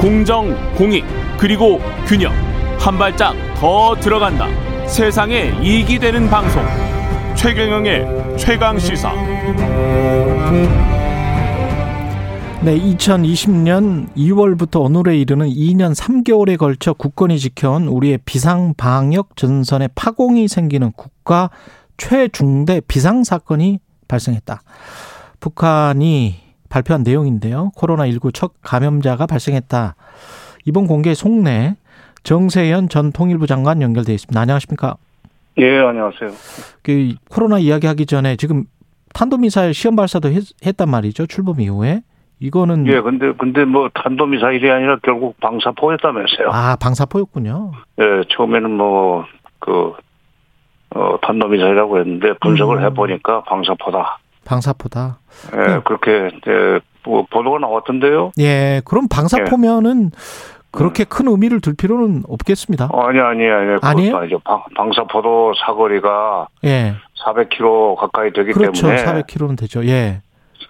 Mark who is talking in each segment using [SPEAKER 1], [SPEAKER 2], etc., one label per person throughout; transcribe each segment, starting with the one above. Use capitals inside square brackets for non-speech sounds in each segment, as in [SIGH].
[SPEAKER 1] 공정, 공익, 그리고 균형. 한 발짝 더 들어간다. 세상에 이익이 되는 방송. 최경영의 최강 시사.
[SPEAKER 2] 네, 2020년 2월부터 오늘에 이르는 2년 3개월에 걸쳐 국권이 지켜온 우리의 비상 방역 전선에 파공이 생기는 국가 최중대 비상 사건이 발생했다. 북한이 발표한 내용인데요. 코로나19 첫 감염자가 발생했다. 이번 공개 속내 정세현 전 통일부 장관 연결돼 있습니다. 안녕하십니까?
[SPEAKER 3] 예, 안녕하세요.
[SPEAKER 2] 그 코로나 이야기하기 전에 지금 탄도미사일 시험 발사도 했, 했단 말이죠. 출범 이후에. 이거는
[SPEAKER 3] 예, 근데 근데 뭐 탄도미사일이 아니라 결국 방사포였다면서요.
[SPEAKER 2] 아 방사포였군요.
[SPEAKER 3] 예, 처음에는 뭐 그 어, 탄도미사일이라고 했는데 분석을
[SPEAKER 2] 음.
[SPEAKER 3] 해보니까 방사포다.
[SPEAKER 2] 방사포다.
[SPEAKER 3] 예,
[SPEAKER 2] 네.
[SPEAKER 3] 그렇게 예, 뭐 보도가 나왔던데요.
[SPEAKER 2] 예, 그럼 방사포면은
[SPEAKER 3] 예.
[SPEAKER 2] 그렇게
[SPEAKER 3] 음.
[SPEAKER 2] 큰 의미를 둘 필요는 없겠습니다.
[SPEAKER 3] 어, 아니 아니 아니 그것도
[SPEAKER 2] 아니에요?
[SPEAKER 3] 아니죠. 방, 방사포도 사거리가
[SPEAKER 2] 예,
[SPEAKER 3] 400km 가까이 되기
[SPEAKER 2] 그렇죠.
[SPEAKER 3] 때문에
[SPEAKER 2] 400km면 되죠. 예,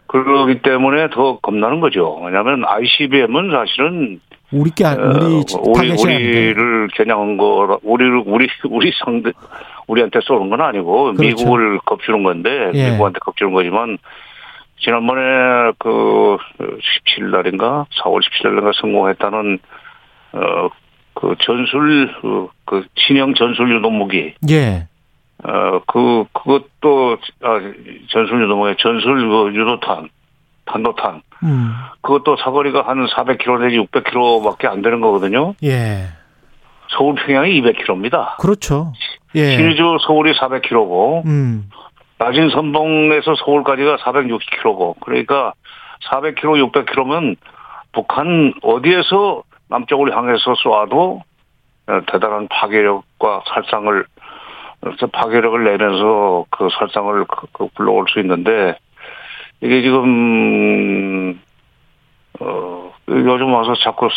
[SPEAKER 3] 그러기 때문에 더 겁나는 거죠. 왜냐하면 ICBM은 사실은
[SPEAKER 2] 우리 게 아니-
[SPEAKER 3] 어,
[SPEAKER 2] 우리
[SPEAKER 3] 우리
[SPEAKER 2] 타겟이 아닌데.
[SPEAKER 3] 우리를 겨냥한 거 우리를 우리 우리 상대 우리한테 쏘는 건 아니고
[SPEAKER 2] 그렇죠.
[SPEAKER 3] 미국을 겁주는 건데
[SPEAKER 2] 예.
[SPEAKER 3] 미국한테 겁주는 거지만 지난번에 그 17일 날인가 4월 17일 날인가 성공했다는 어 그 전술 그, 그 신형 전술 유도 무기
[SPEAKER 2] 예,
[SPEAKER 3] 어 그 그것도 아, 전술 유도 무기 전술 그 유도탄 탄도탄
[SPEAKER 2] 음,
[SPEAKER 3] 그것도 사거리가 한 400km 내지 600km밖에 안 되는 거거든요.
[SPEAKER 2] 예,
[SPEAKER 3] 서울 평양이 200km입니다.
[SPEAKER 2] 그렇죠. 예,
[SPEAKER 3] 신주 서울이 400km고
[SPEAKER 2] 음,
[SPEAKER 3] 낮은 선봉에서 서울까지가 460km고 그러니까 400km, 600km면 북한 어디에서 남쪽을 향해서 쏘아도 어, 대단한 파괴력과 살상을 어, 파괴력을 내면서 그 살상을 그- 그 불러올 수 있는데 이게 지금 어 요즘 와서 자꾸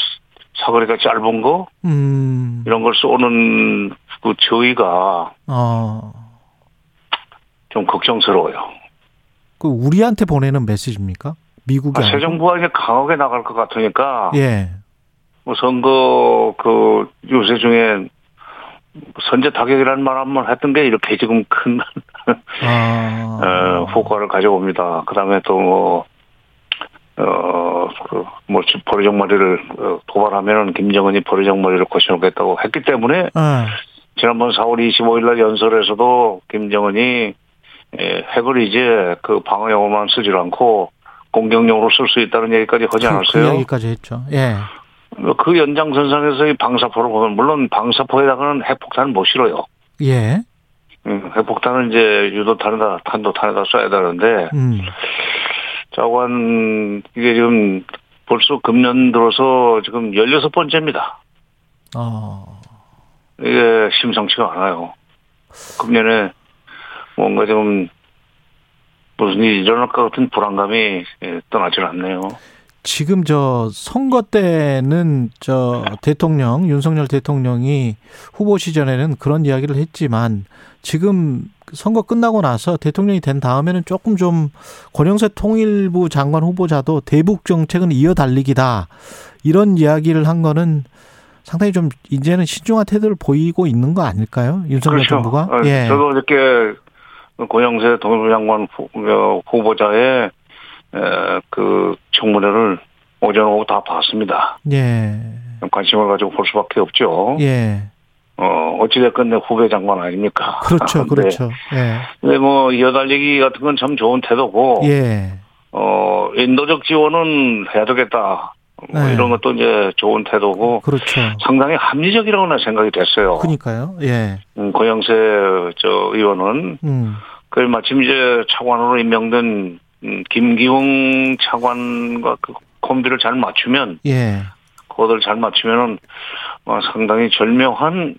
[SPEAKER 3] 사거리가 짧은 거
[SPEAKER 2] 음,
[SPEAKER 3] 이런 걸 쏘는 그 저희가
[SPEAKER 2] 어,
[SPEAKER 3] 좀 걱정스러워요.
[SPEAKER 2] 그 우리한테 보내는 메시지입니까? 미국이
[SPEAKER 3] 아, 새
[SPEAKER 2] 아니고?
[SPEAKER 3] 정부가 이제 강하게 나갈 것 같으니까
[SPEAKER 2] 예,
[SPEAKER 3] 뭐 선거 그 요새 중에 선제 타격이라는 말 한 번 했던 게 이렇게 지금 큰
[SPEAKER 2] 아,
[SPEAKER 3] 어, 효과를 가져옵니다. 그다음에 또뭐 어, 그, 뭐, 지- 버리정머리를, 어, 도발하면은 김정은이 버리정머리를 고쳐놓겠다고 했기 때문에,
[SPEAKER 2] 예,
[SPEAKER 3] 지난번 4월 25일 날 연설에서도 김정은이, 에, 핵을 이제 그 방어용으로만 쓰지 않고, 공격용으로 쓸 수 있다는 얘기까지 하지
[SPEAKER 2] 그, 그
[SPEAKER 3] 않았어요?
[SPEAKER 2] 이야기까지 했죠. 예,
[SPEAKER 3] 그 연장선상에서 이 방사포를 보면 물론 방사포에다가는 핵폭탄은 못 실어요.
[SPEAKER 2] 예,
[SPEAKER 3] 음, 핵폭탄은 이제 유도탄에다 탄도탄에다 쏴야 되는데
[SPEAKER 2] 음,
[SPEAKER 3] 자관 이게 지금 벌써 금년 들어서 지금 16번째입니다.
[SPEAKER 2] 어.
[SPEAKER 3] 이게 심상치가 않아요. 금년에 뭔가 좀 무슨 일이 일어날 것 같은 불안감이 예, 떠나질 않네요.
[SPEAKER 2] 지금 저 선거 때는 저 대통령 윤석열 대통령이 후보 시절에는 그런 이야기를 했지만 지금 선거 끝나고 나서 대통령이 된 다음에는 조금 좀 권영세 통일부 장관 후보자도 대북 정책은 이어 달리기다 이런 이야기를 한 거는 상당히 좀 이제는 신중한 태도를 보이고 있는 거 아닐까요? 윤석열 정부가
[SPEAKER 3] 어,
[SPEAKER 2] 예.
[SPEAKER 3] 저도 어저께 고영세 동일부 장관 후- 어, 후보자의 에, 그 청문회를 오전 오후 다 봤습니다.
[SPEAKER 2] 예.
[SPEAKER 3] 관심을 가지고 볼 수밖에 없죠.
[SPEAKER 2] 예.
[SPEAKER 3] 어, 어찌됐건 내 후배 장관 아닙니까? 네.
[SPEAKER 2] 그렇죠.
[SPEAKER 3] 근데-
[SPEAKER 2] 그렇죠. 예.
[SPEAKER 3] 근데 뭐 이어달리기 같은 건 참 좋은 태도고
[SPEAKER 2] 예.
[SPEAKER 3] 어 인도적 지원은 해야 되겠다. 뭐
[SPEAKER 2] 네.
[SPEAKER 3] 이런 것도 이제 좋은 태도고
[SPEAKER 2] 그렇죠.
[SPEAKER 3] 상당히 합리적이라고 는 생각이 됐어요.
[SPEAKER 2] 그러니까요. 예.
[SPEAKER 3] 음, 고영세 저 의원은
[SPEAKER 2] 음.
[SPEAKER 3] 그 마침 이제 차관으로 임명된 음, 김기웅 차관과 그 콤비를 잘 맞추면
[SPEAKER 2] 예.
[SPEAKER 3] 그것을 잘 맞추면은 어, 상당히 절묘한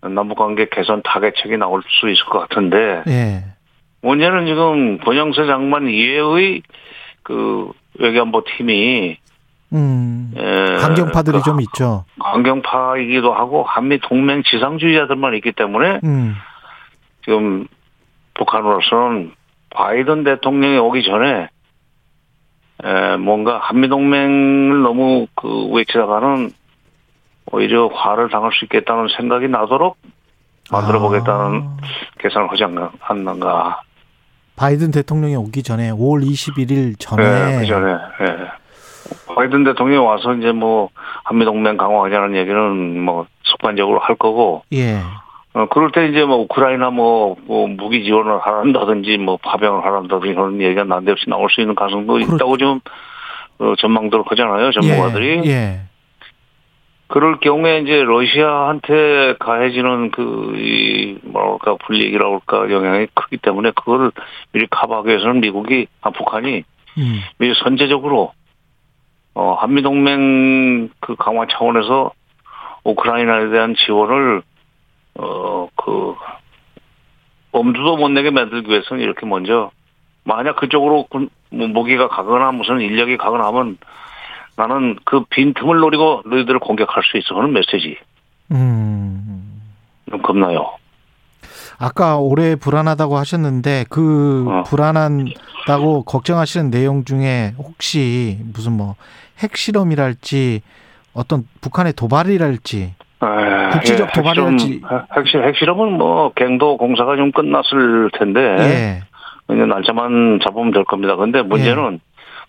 [SPEAKER 3] 남북관계 개선 타겟책이 나올 수 있을 것 같은데
[SPEAKER 2] 예.
[SPEAKER 3] 문제는 지금 권영세 장관 이외의 그 외교안보 팀이
[SPEAKER 2] 음.
[SPEAKER 3] 에,
[SPEAKER 2] 강경파들이
[SPEAKER 3] 그
[SPEAKER 2] 좀 있죠.
[SPEAKER 3] 강경파이기도 하고 한미 동맹 지상주의자들만 있기 때문에
[SPEAKER 2] 음.
[SPEAKER 3] 지금 북한으로서는 바이든 대통령이 오기 전에 에, 예, 뭔가 한미동맹을 너무 그 외치다가는 오히려 화를 당할 수 있겠다는 생각이 나도록 만들어 보겠다는
[SPEAKER 2] 아,
[SPEAKER 3] 계산을 하지 않- 않는가.
[SPEAKER 2] 바이든 대통령이 오기 전에 5월 21일 전에
[SPEAKER 3] 예, 그 전에, 예. 바이든 대통령이 와서 이제 뭐, 한미동맹 강화하자는 얘기는 뭐, 습관적으로 할 거고,
[SPEAKER 2] 예.
[SPEAKER 3] 어, 그럴 때 이제 뭐, 우크라이나 뭐, 뭐 무기 지원을 하란다든지, 뭐, 파병을 하란다든지 그런 얘기가 난데없이 나올 수 있는 가능성도
[SPEAKER 2] 그렇죠.
[SPEAKER 3] 있다고 지금, 어, 전망들 하잖아요, 전문가들이.
[SPEAKER 2] 예. 예.
[SPEAKER 3] 그럴 경우에 이제 러시아한테 가해지는 그, 이, 뭐랄까, 불리익이라고 할까, 영향이 크기 때문에 그거를 미리 커버하기 위해서는 미국이, 아, 북한이
[SPEAKER 2] 음.
[SPEAKER 3] 미리 선제적으로, 어, 한미동맹 그 강화 차원에서 우크라이나에 대한 지원을, 어, 그, 엄두도 못 내게 만들기 위해서는 이렇게 먼저, 만약 그쪽으로 군, 뭐, 무기가 가거나 무슨 인력이 가거나 하면 나는 그 빈틈을 노리고 너희들을 공격할 수 있어. 하는 메시지.
[SPEAKER 2] 음.
[SPEAKER 3] 좀 겁나요.
[SPEAKER 2] 아까 올해 불안하다고 하셨는데 그
[SPEAKER 3] 어.
[SPEAKER 2] 불안하다고 걱정하시는 내용 중에 혹시 무슨 뭐 핵실험이랄지 어떤 북한의 도발이랄지
[SPEAKER 3] 에,
[SPEAKER 2] 국제적
[SPEAKER 3] 예,
[SPEAKER 2] 도발이랄지.
[SPEAKER 3] 핵실험, 핵실, 핵실험은 뭐 갱도 공사가 좀 끝났을 텐데
[SPEAKER 2] 예.
[SPEAKER 3] 이제 날짜만 잡으면 될 겁니다. 근데 문제는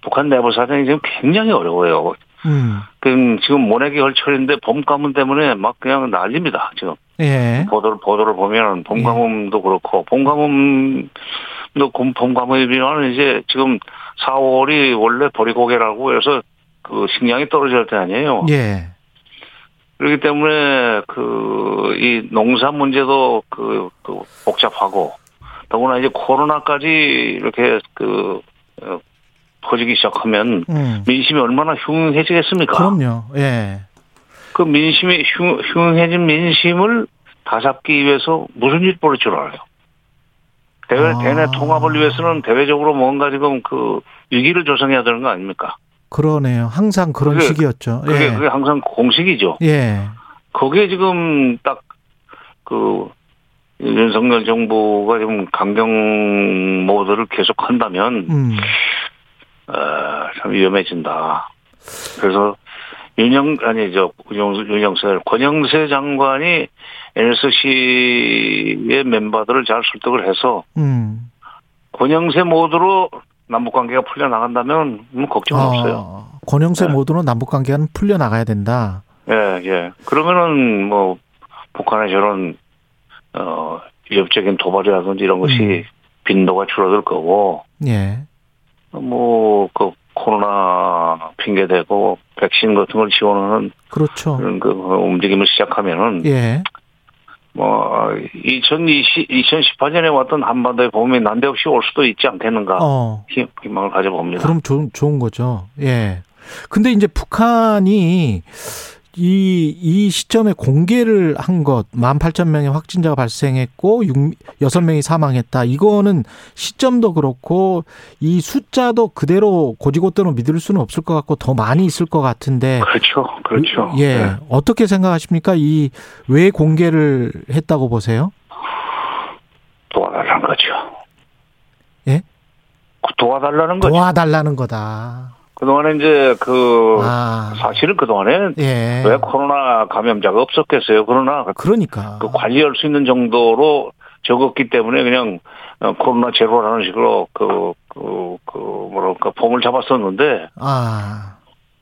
[SPEAKER 3] 북한 내부 사정이 지금 굉장히 어려워요. 그
[SPEAKER 2] 음.
[SPEAKER 3] 지금 지금 모내기 얼철인데 봄 가뭄 때문에 막 그냥 난립니다. 지금
[SPEAKER 2] 예.
[SPEAKER 3] 보도를 보도를 보면 봄 가뭄도 그렇고 봄 가뭄도 곰- 봄 가뭄이면 이제 지금 4월이 원래 보리고개라고 해서 그 식량이 떨어질 때 아니에요.
[SPEAKER 2] 예.
[SPEAKER 3] 그렇기 때문에 그 이 농산 문제도 그, 그 복잡하고 더구나 이제 코로나까지 이렇게 그 어, 퍼지기 시작하면
[SPEAKER 2] 음.
[SPEAKER 3] 민심이 얼마나 흉해지겠습니까?
[SPEAKER 2] 그럼요. 예.
[SPEAKER 3] 그 민심이 흉, 흉해진 민심을 다잡기 위해서 무슨 일벌를줄 알아요? 대외
[SPEAKER 2] 아.
[SPEAKER 3] 대내 통합을 위해서는 대외적으로 뭔가 지금 그 위기를 조성해야 되는 거 아닙니까?
[SPEAKER 2] 그러네요. 항상 그런
[SPEAKER 3] 그게-
[SPEAKER 2] 식이었죠.
[SPEAKER 3] 그게
[SPEAKER 2] 예.
[SPEAKER 3] 그게 항상 공식이죠.
[SPEAKER 2] 예.
[SPEAKER 3] 거기에 지금 딱 그 윤석열 정부가 지금 강경 모드를 계속한다면
[SPEAKER 2] 음.
[SPEAKER 3] 어, 참 위험해진다. 그래서 윤영 아니 저 윤영수- 윤영세 권영세 장관이 NSC의 멤버들을 잘 설득을 해서
[SPEAKER 2] 음.
[SPEAKER 3] 권영세 모드로 남북 관계가 풀려 나간다면 뭐 걱정 은
[SPEAKER 2] 아,
[SPEAKER 3] 없어요.
[SPEAKER 2] 권영세
[SPEAKER 3] 네.
[SPEAKER 2] 모두는 남북 관계는 풀려 나가야 된다.
[SPEAKER 3] 예, 예. 그러면은 뭐 북한의 저런 어 위협적인 도발이라든지 이런 것이
[SPEAKER 2] 음.
[SPEAKER 3] 빈도가 줄어들 거고
[SPEAKER 2] 예.
[SPEAKER 3] 뭐 그 코로나 핑계 대고 백신 같은 걸 지원하는
[SPEAKER 2] 그렇죠.
[SPEAKER 3] 그런 그 움직임을 시작하면은
[SPEAKER 2] 예.
[SPEAKER 3] 뭐 2020, 2018년에 왔던 한반도의 봄이 난데없이 올 수도 있지 않겠는가
[SPEAKER 2] 어.
[SPEAKER 3] 힘- 희망을 가져봅니다.
[SPEAKER 2] 그럼 좋은 좋은 거죠. 예. 근데 이제 북한이 이, 이 시점에 공개를 한 것, 18,000명의 확진자가 발생했고, 6, 6명이 사망했다. 이거는 시점도 그렇고, 이 숫자도 그대로 고지고대로 믿을 수는 없을 것 같고, 더 많이 있을 것 같은데.
[SPEAKER 3] 그렇죠, 그렇죠.
[SPEAKER 2] 예.
[SPEAKER 3] 네.
[SPEAKER 2] 어떻게 생각하십니까? 이, 왜 공개를 했다고 보세요?
[SPEAKER 3] 도와달라는 거죠.
[SPEAKER 2] 예?
[SPEAKER 3] 도와달라는 거죠.
[SPEAKER 2] 도와달라는 거다.
[SPEAKER 3] 그동안에 이제 그
[SPEAKER 2] 아.
[SPEAKER 3] 사실은 그동안에
[SPEAKER 2] 예.
[SPEAKER 3] 왜 코로나 감염자가 없었겠어요. 그러나
[SPEAKER 2] 그러니까.
[SPEAKER 3] 그 관리할 수 있는 정도로 적었기 때문에 그냥 어, 코로나 제로라는 식으로 그, 그, 그, 뭐랄까, 폼을 잡았었는데,
[SPEAKER 2] 아.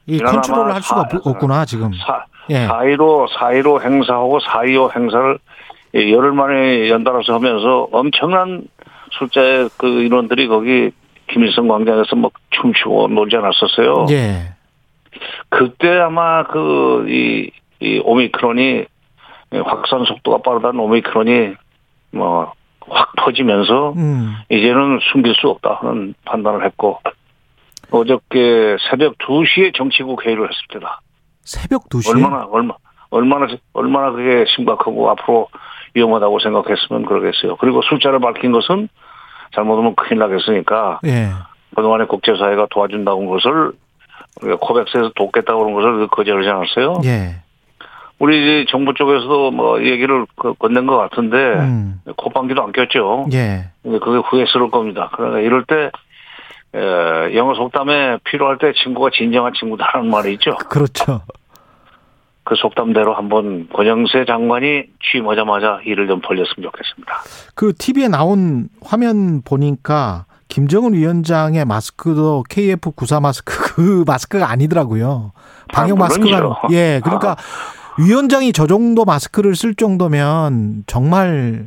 [SPEAKER 2] 이
[SPEAKER 3] 그나마
[SPEAKER 2] 컨트롤을 할 수가
[SPEAKER 3] 사-
[SPEAKER 2] 없- 없구나, 지금.
[SPEAKER 3] 사,
[SPEAKER 2] 예.
[SPEAKER 3] 4.15, 4.15 행사하고 4.25 행사를 예, 열흘 만에 연달아서 하면서 엄청난 숫자의 그 인원들이 거기 김일성 광장에서 막 춤추고 놀지 않았었어요.
[SPEAKER 2] 예.
[SPEAKER 3] 그때 아마 그, 이, 이 오미크론이 확산 속도가 빠르다는 오미크론이 뭐, 확 퍼지면서
[SPEAKER 2] 음.
[SPEAKER 3] 이제는 숨길 수 없다 하는 판단을 했고, 어저께 새벽 2시에 정치국 회의를 했을 때다.
[SPEAKER 2] 새벽 2시에
[SPEAKER 3] 얼마나 얼마 얼마나 얼마나 그게 심각하고 앞으로 위험하다고 생각했으면 그러겠어요. 그리고 숫자를 밝힌 것은 잘못하면 큰일 나겠으니까
[SPEAKER 2] 예.
[SPEAKER 3] 그동안에 국제사회가 도와준다는 것을 우리가 코백스에서 돕겠다고 그런 것을 거절하지 않았어요.
[SPEAKER 2] 예.
[SPEAKER 3] 우리 이제 정부 쪽에서도 뭐 얘기를 그- 건넨 것 같은데
[SPEAKER 2] 음.
[SPEAKER 3] 콧방귀도 안 꼈죠.
[SPEAKER 2] 예.
[SPEAKER 3] 근데 그게 후회스러울 겁니다. 그러나 이럴 그러니까 때 에, 영어 속담에 필요할 때 친구가 진정한 친구다라는 말이 있죠.
[SPEAKER 2] 그렇죠.
[SPEAKER 3] 그 속담대로 한번 권영세 장관이 취임하자마자 일을 좀 벌렸으면 좋겠습니다.
[SPEAKER 2] 그 TV에 나온 화면 보니까 김정은 위원장의 마스크도 KF94 마스크 [LAUGHS] 그 마스크가 아니더라고요. 방역
[SPEAKER 3] 아, 물론이죠.
[SPEAKER 2] 마스크가 [LAUGHS] 예 그러니까
[SPEAKER 3] 아.
[SPEAKER 2] 위원장이 저 정도 마스크를 쓸 정도면 정말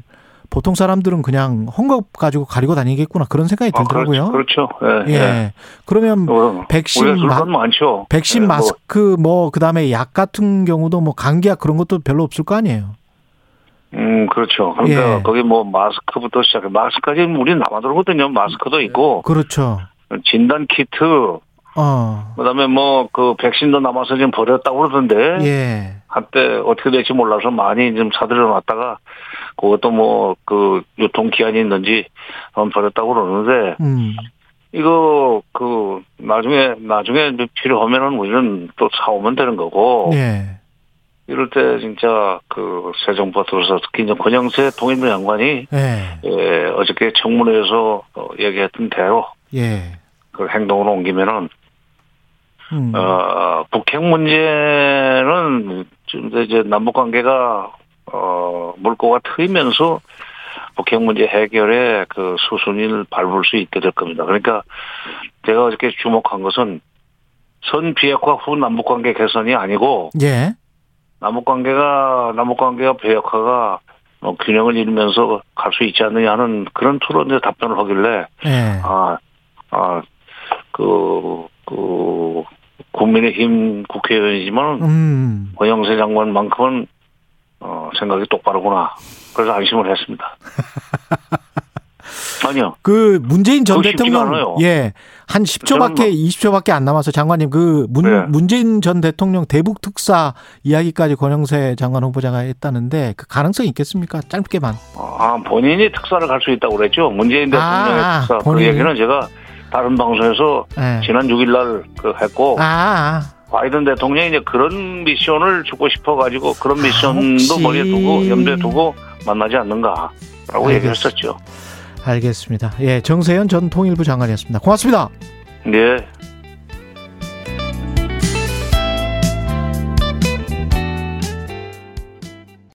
[SPEAKER 2] 보통 사람들은 그냥 헝겊 가지고 가리고 다니겠구나 그런 생각이
[SPEAKER 3] 아,
[SPEAKER 2] 들더라고요.
[SPEAKER 3] 그렇죠. 그렇죠. 예.
[SPEAKER 2] 예.
[SPEAKER 3] 예.
[SPEAKER 2] 그러면
[SPEAKER 3] 어,
[SPEAKER 2] 백신
[SPEAKER 3] 우리가
[SPEAKER 2] 마-
[SPEAKER 3] 술건 많죠.
[SPEAKER 2] 백신
[SPEAKER 3] 예, 뭐
[SPEAKER 2] 마스크 뭐 그다음에 약 같은 경우도 뭐 감기약 그런 것도 별로 없을 거 아니에요.
[SPEAKER 3] 음, 그렇죠. 그러니까
[SPEAKER 2] 예.
[SPEAKER 3] 거기 뭐 마스크부터 시작해. 마스크까지 우리 남아들거든요. 마스크도 있고,
[SPEAKER 2] 그렇죠.
[SPEAKER 3] 진단 키트,
[SPEAKER 2] 어.
[SPEAKER 3] 그 다음에 뭐 그 백신도 남아서 지금 버렸다고 그러던데,
[SPEAKER 2] 예.
[SPEAKER 3] 한때 어떻게 될지 몰라서 많이 좀 사들여 놨다가, 그것도 뭐 그 유통기한이 있는지 한번 버렸다고 그러는데,
[SPEAKER 2] 음.
[SPEAKER 3] 이거 그 나중에, 나중에 이제 필요하면은 우리는 또 사오면 되는 거고,
[SPEAKER 2] 예.
[SPEAKER 3] 이럴 때 진짜 그 새 정부가 들어서 특히 이제 권영세 통일부 장관이
[SPEAKER 2] 예.
[SPEAKER 3] 예, 어저께 청문회에서 어, 얘기했던 대로
[SPEAKER 2] 예.
[SPEAKER 3] 그 행동으로 옮기면은
[SPEAKER 2] 음.
[SPEAKER 3] 어, 북핵 문제는 지금 이제 남북 관계가 어, 물꼬가 트이면서 북핵 문제 해결에 그 수순을 밟을 수 있게 될 겁니다. 그러니까 제가 어저께 주목한 것은 선 비핵화 후 남북 관계 개선이 아니고
[SPEAKER 2] 예.
[SPEAKER 3] 남북 관계가 남북 관계가 비핵화가 어, 균형을 이루면서 갈 수 있지 않느냐 하는 그런 투로 이제 답변을 하길래
[SPEAKER 2] 예.
[SPEAKER 3] 아, 아, 그, 그, 국민의힘 국회의원이지만,
[SPEAKER 2] 음.
[SPEAKER 3] 권영세 장관만큼은, 어, 생각이 똑바르구나. 그래서 안심을
[SPEAKER 2] [LAUGHS]
[SPEAKER 3] 했습니다. 아니요.
[SPEAKER 2] 그 문재인 전
[SPEAKER 3] 그거 쉽지가
[SPEAKER 2] 대통령
[SPEAKER 3] 않아요.
[SPEAKER 2] 예. 한 10초밖에
[SPEAKER 3] 저는
[SPEAKER 2] 20초밖에 안 남아서 장관님 그 문,
[SPEAKER 3] 네.
[SPEAKER 2] 문재인 전 대통령 대북 특사 이야기까지 권영세 장관 후보자가 했다는데 그 가능성이 있겠습니까? 짧게만.
[SPEAKER 3] 아, 본인이 특사를 갈 수 있다고 그랬죠. 문재인 대통령의
[SPEAKER 2] 아,
[SPEAKER 3] 특사.
[SPEAKER 2] 본인이.
[SPEAKER 3] 그 얘기는 제가 다른 방송에서
[SPEAKER 2] 예.
[SPEAKER 3] 지난 6일날 그 했고,
[SPEAKER 2] 아, 아.
[SPEAKER 3] 바이든 대통령이 이제 그런 미션을 주고 싶어가지고 그런 미션도
[SPEAKER 2] 아, 혹시.
[SPEAKER 3] 머리에 두고 염두에 두고 만나지 않는가라고
[SPEAKER 2] 알겠습니다.
[SPEAKER 3] 얘기를 했었죠.
[SPEAKER 2] 알겠습니다. 예, 정세현 전 통일부 장관이었습니다. 고맙습니다.
[SPEAKER 3] 네.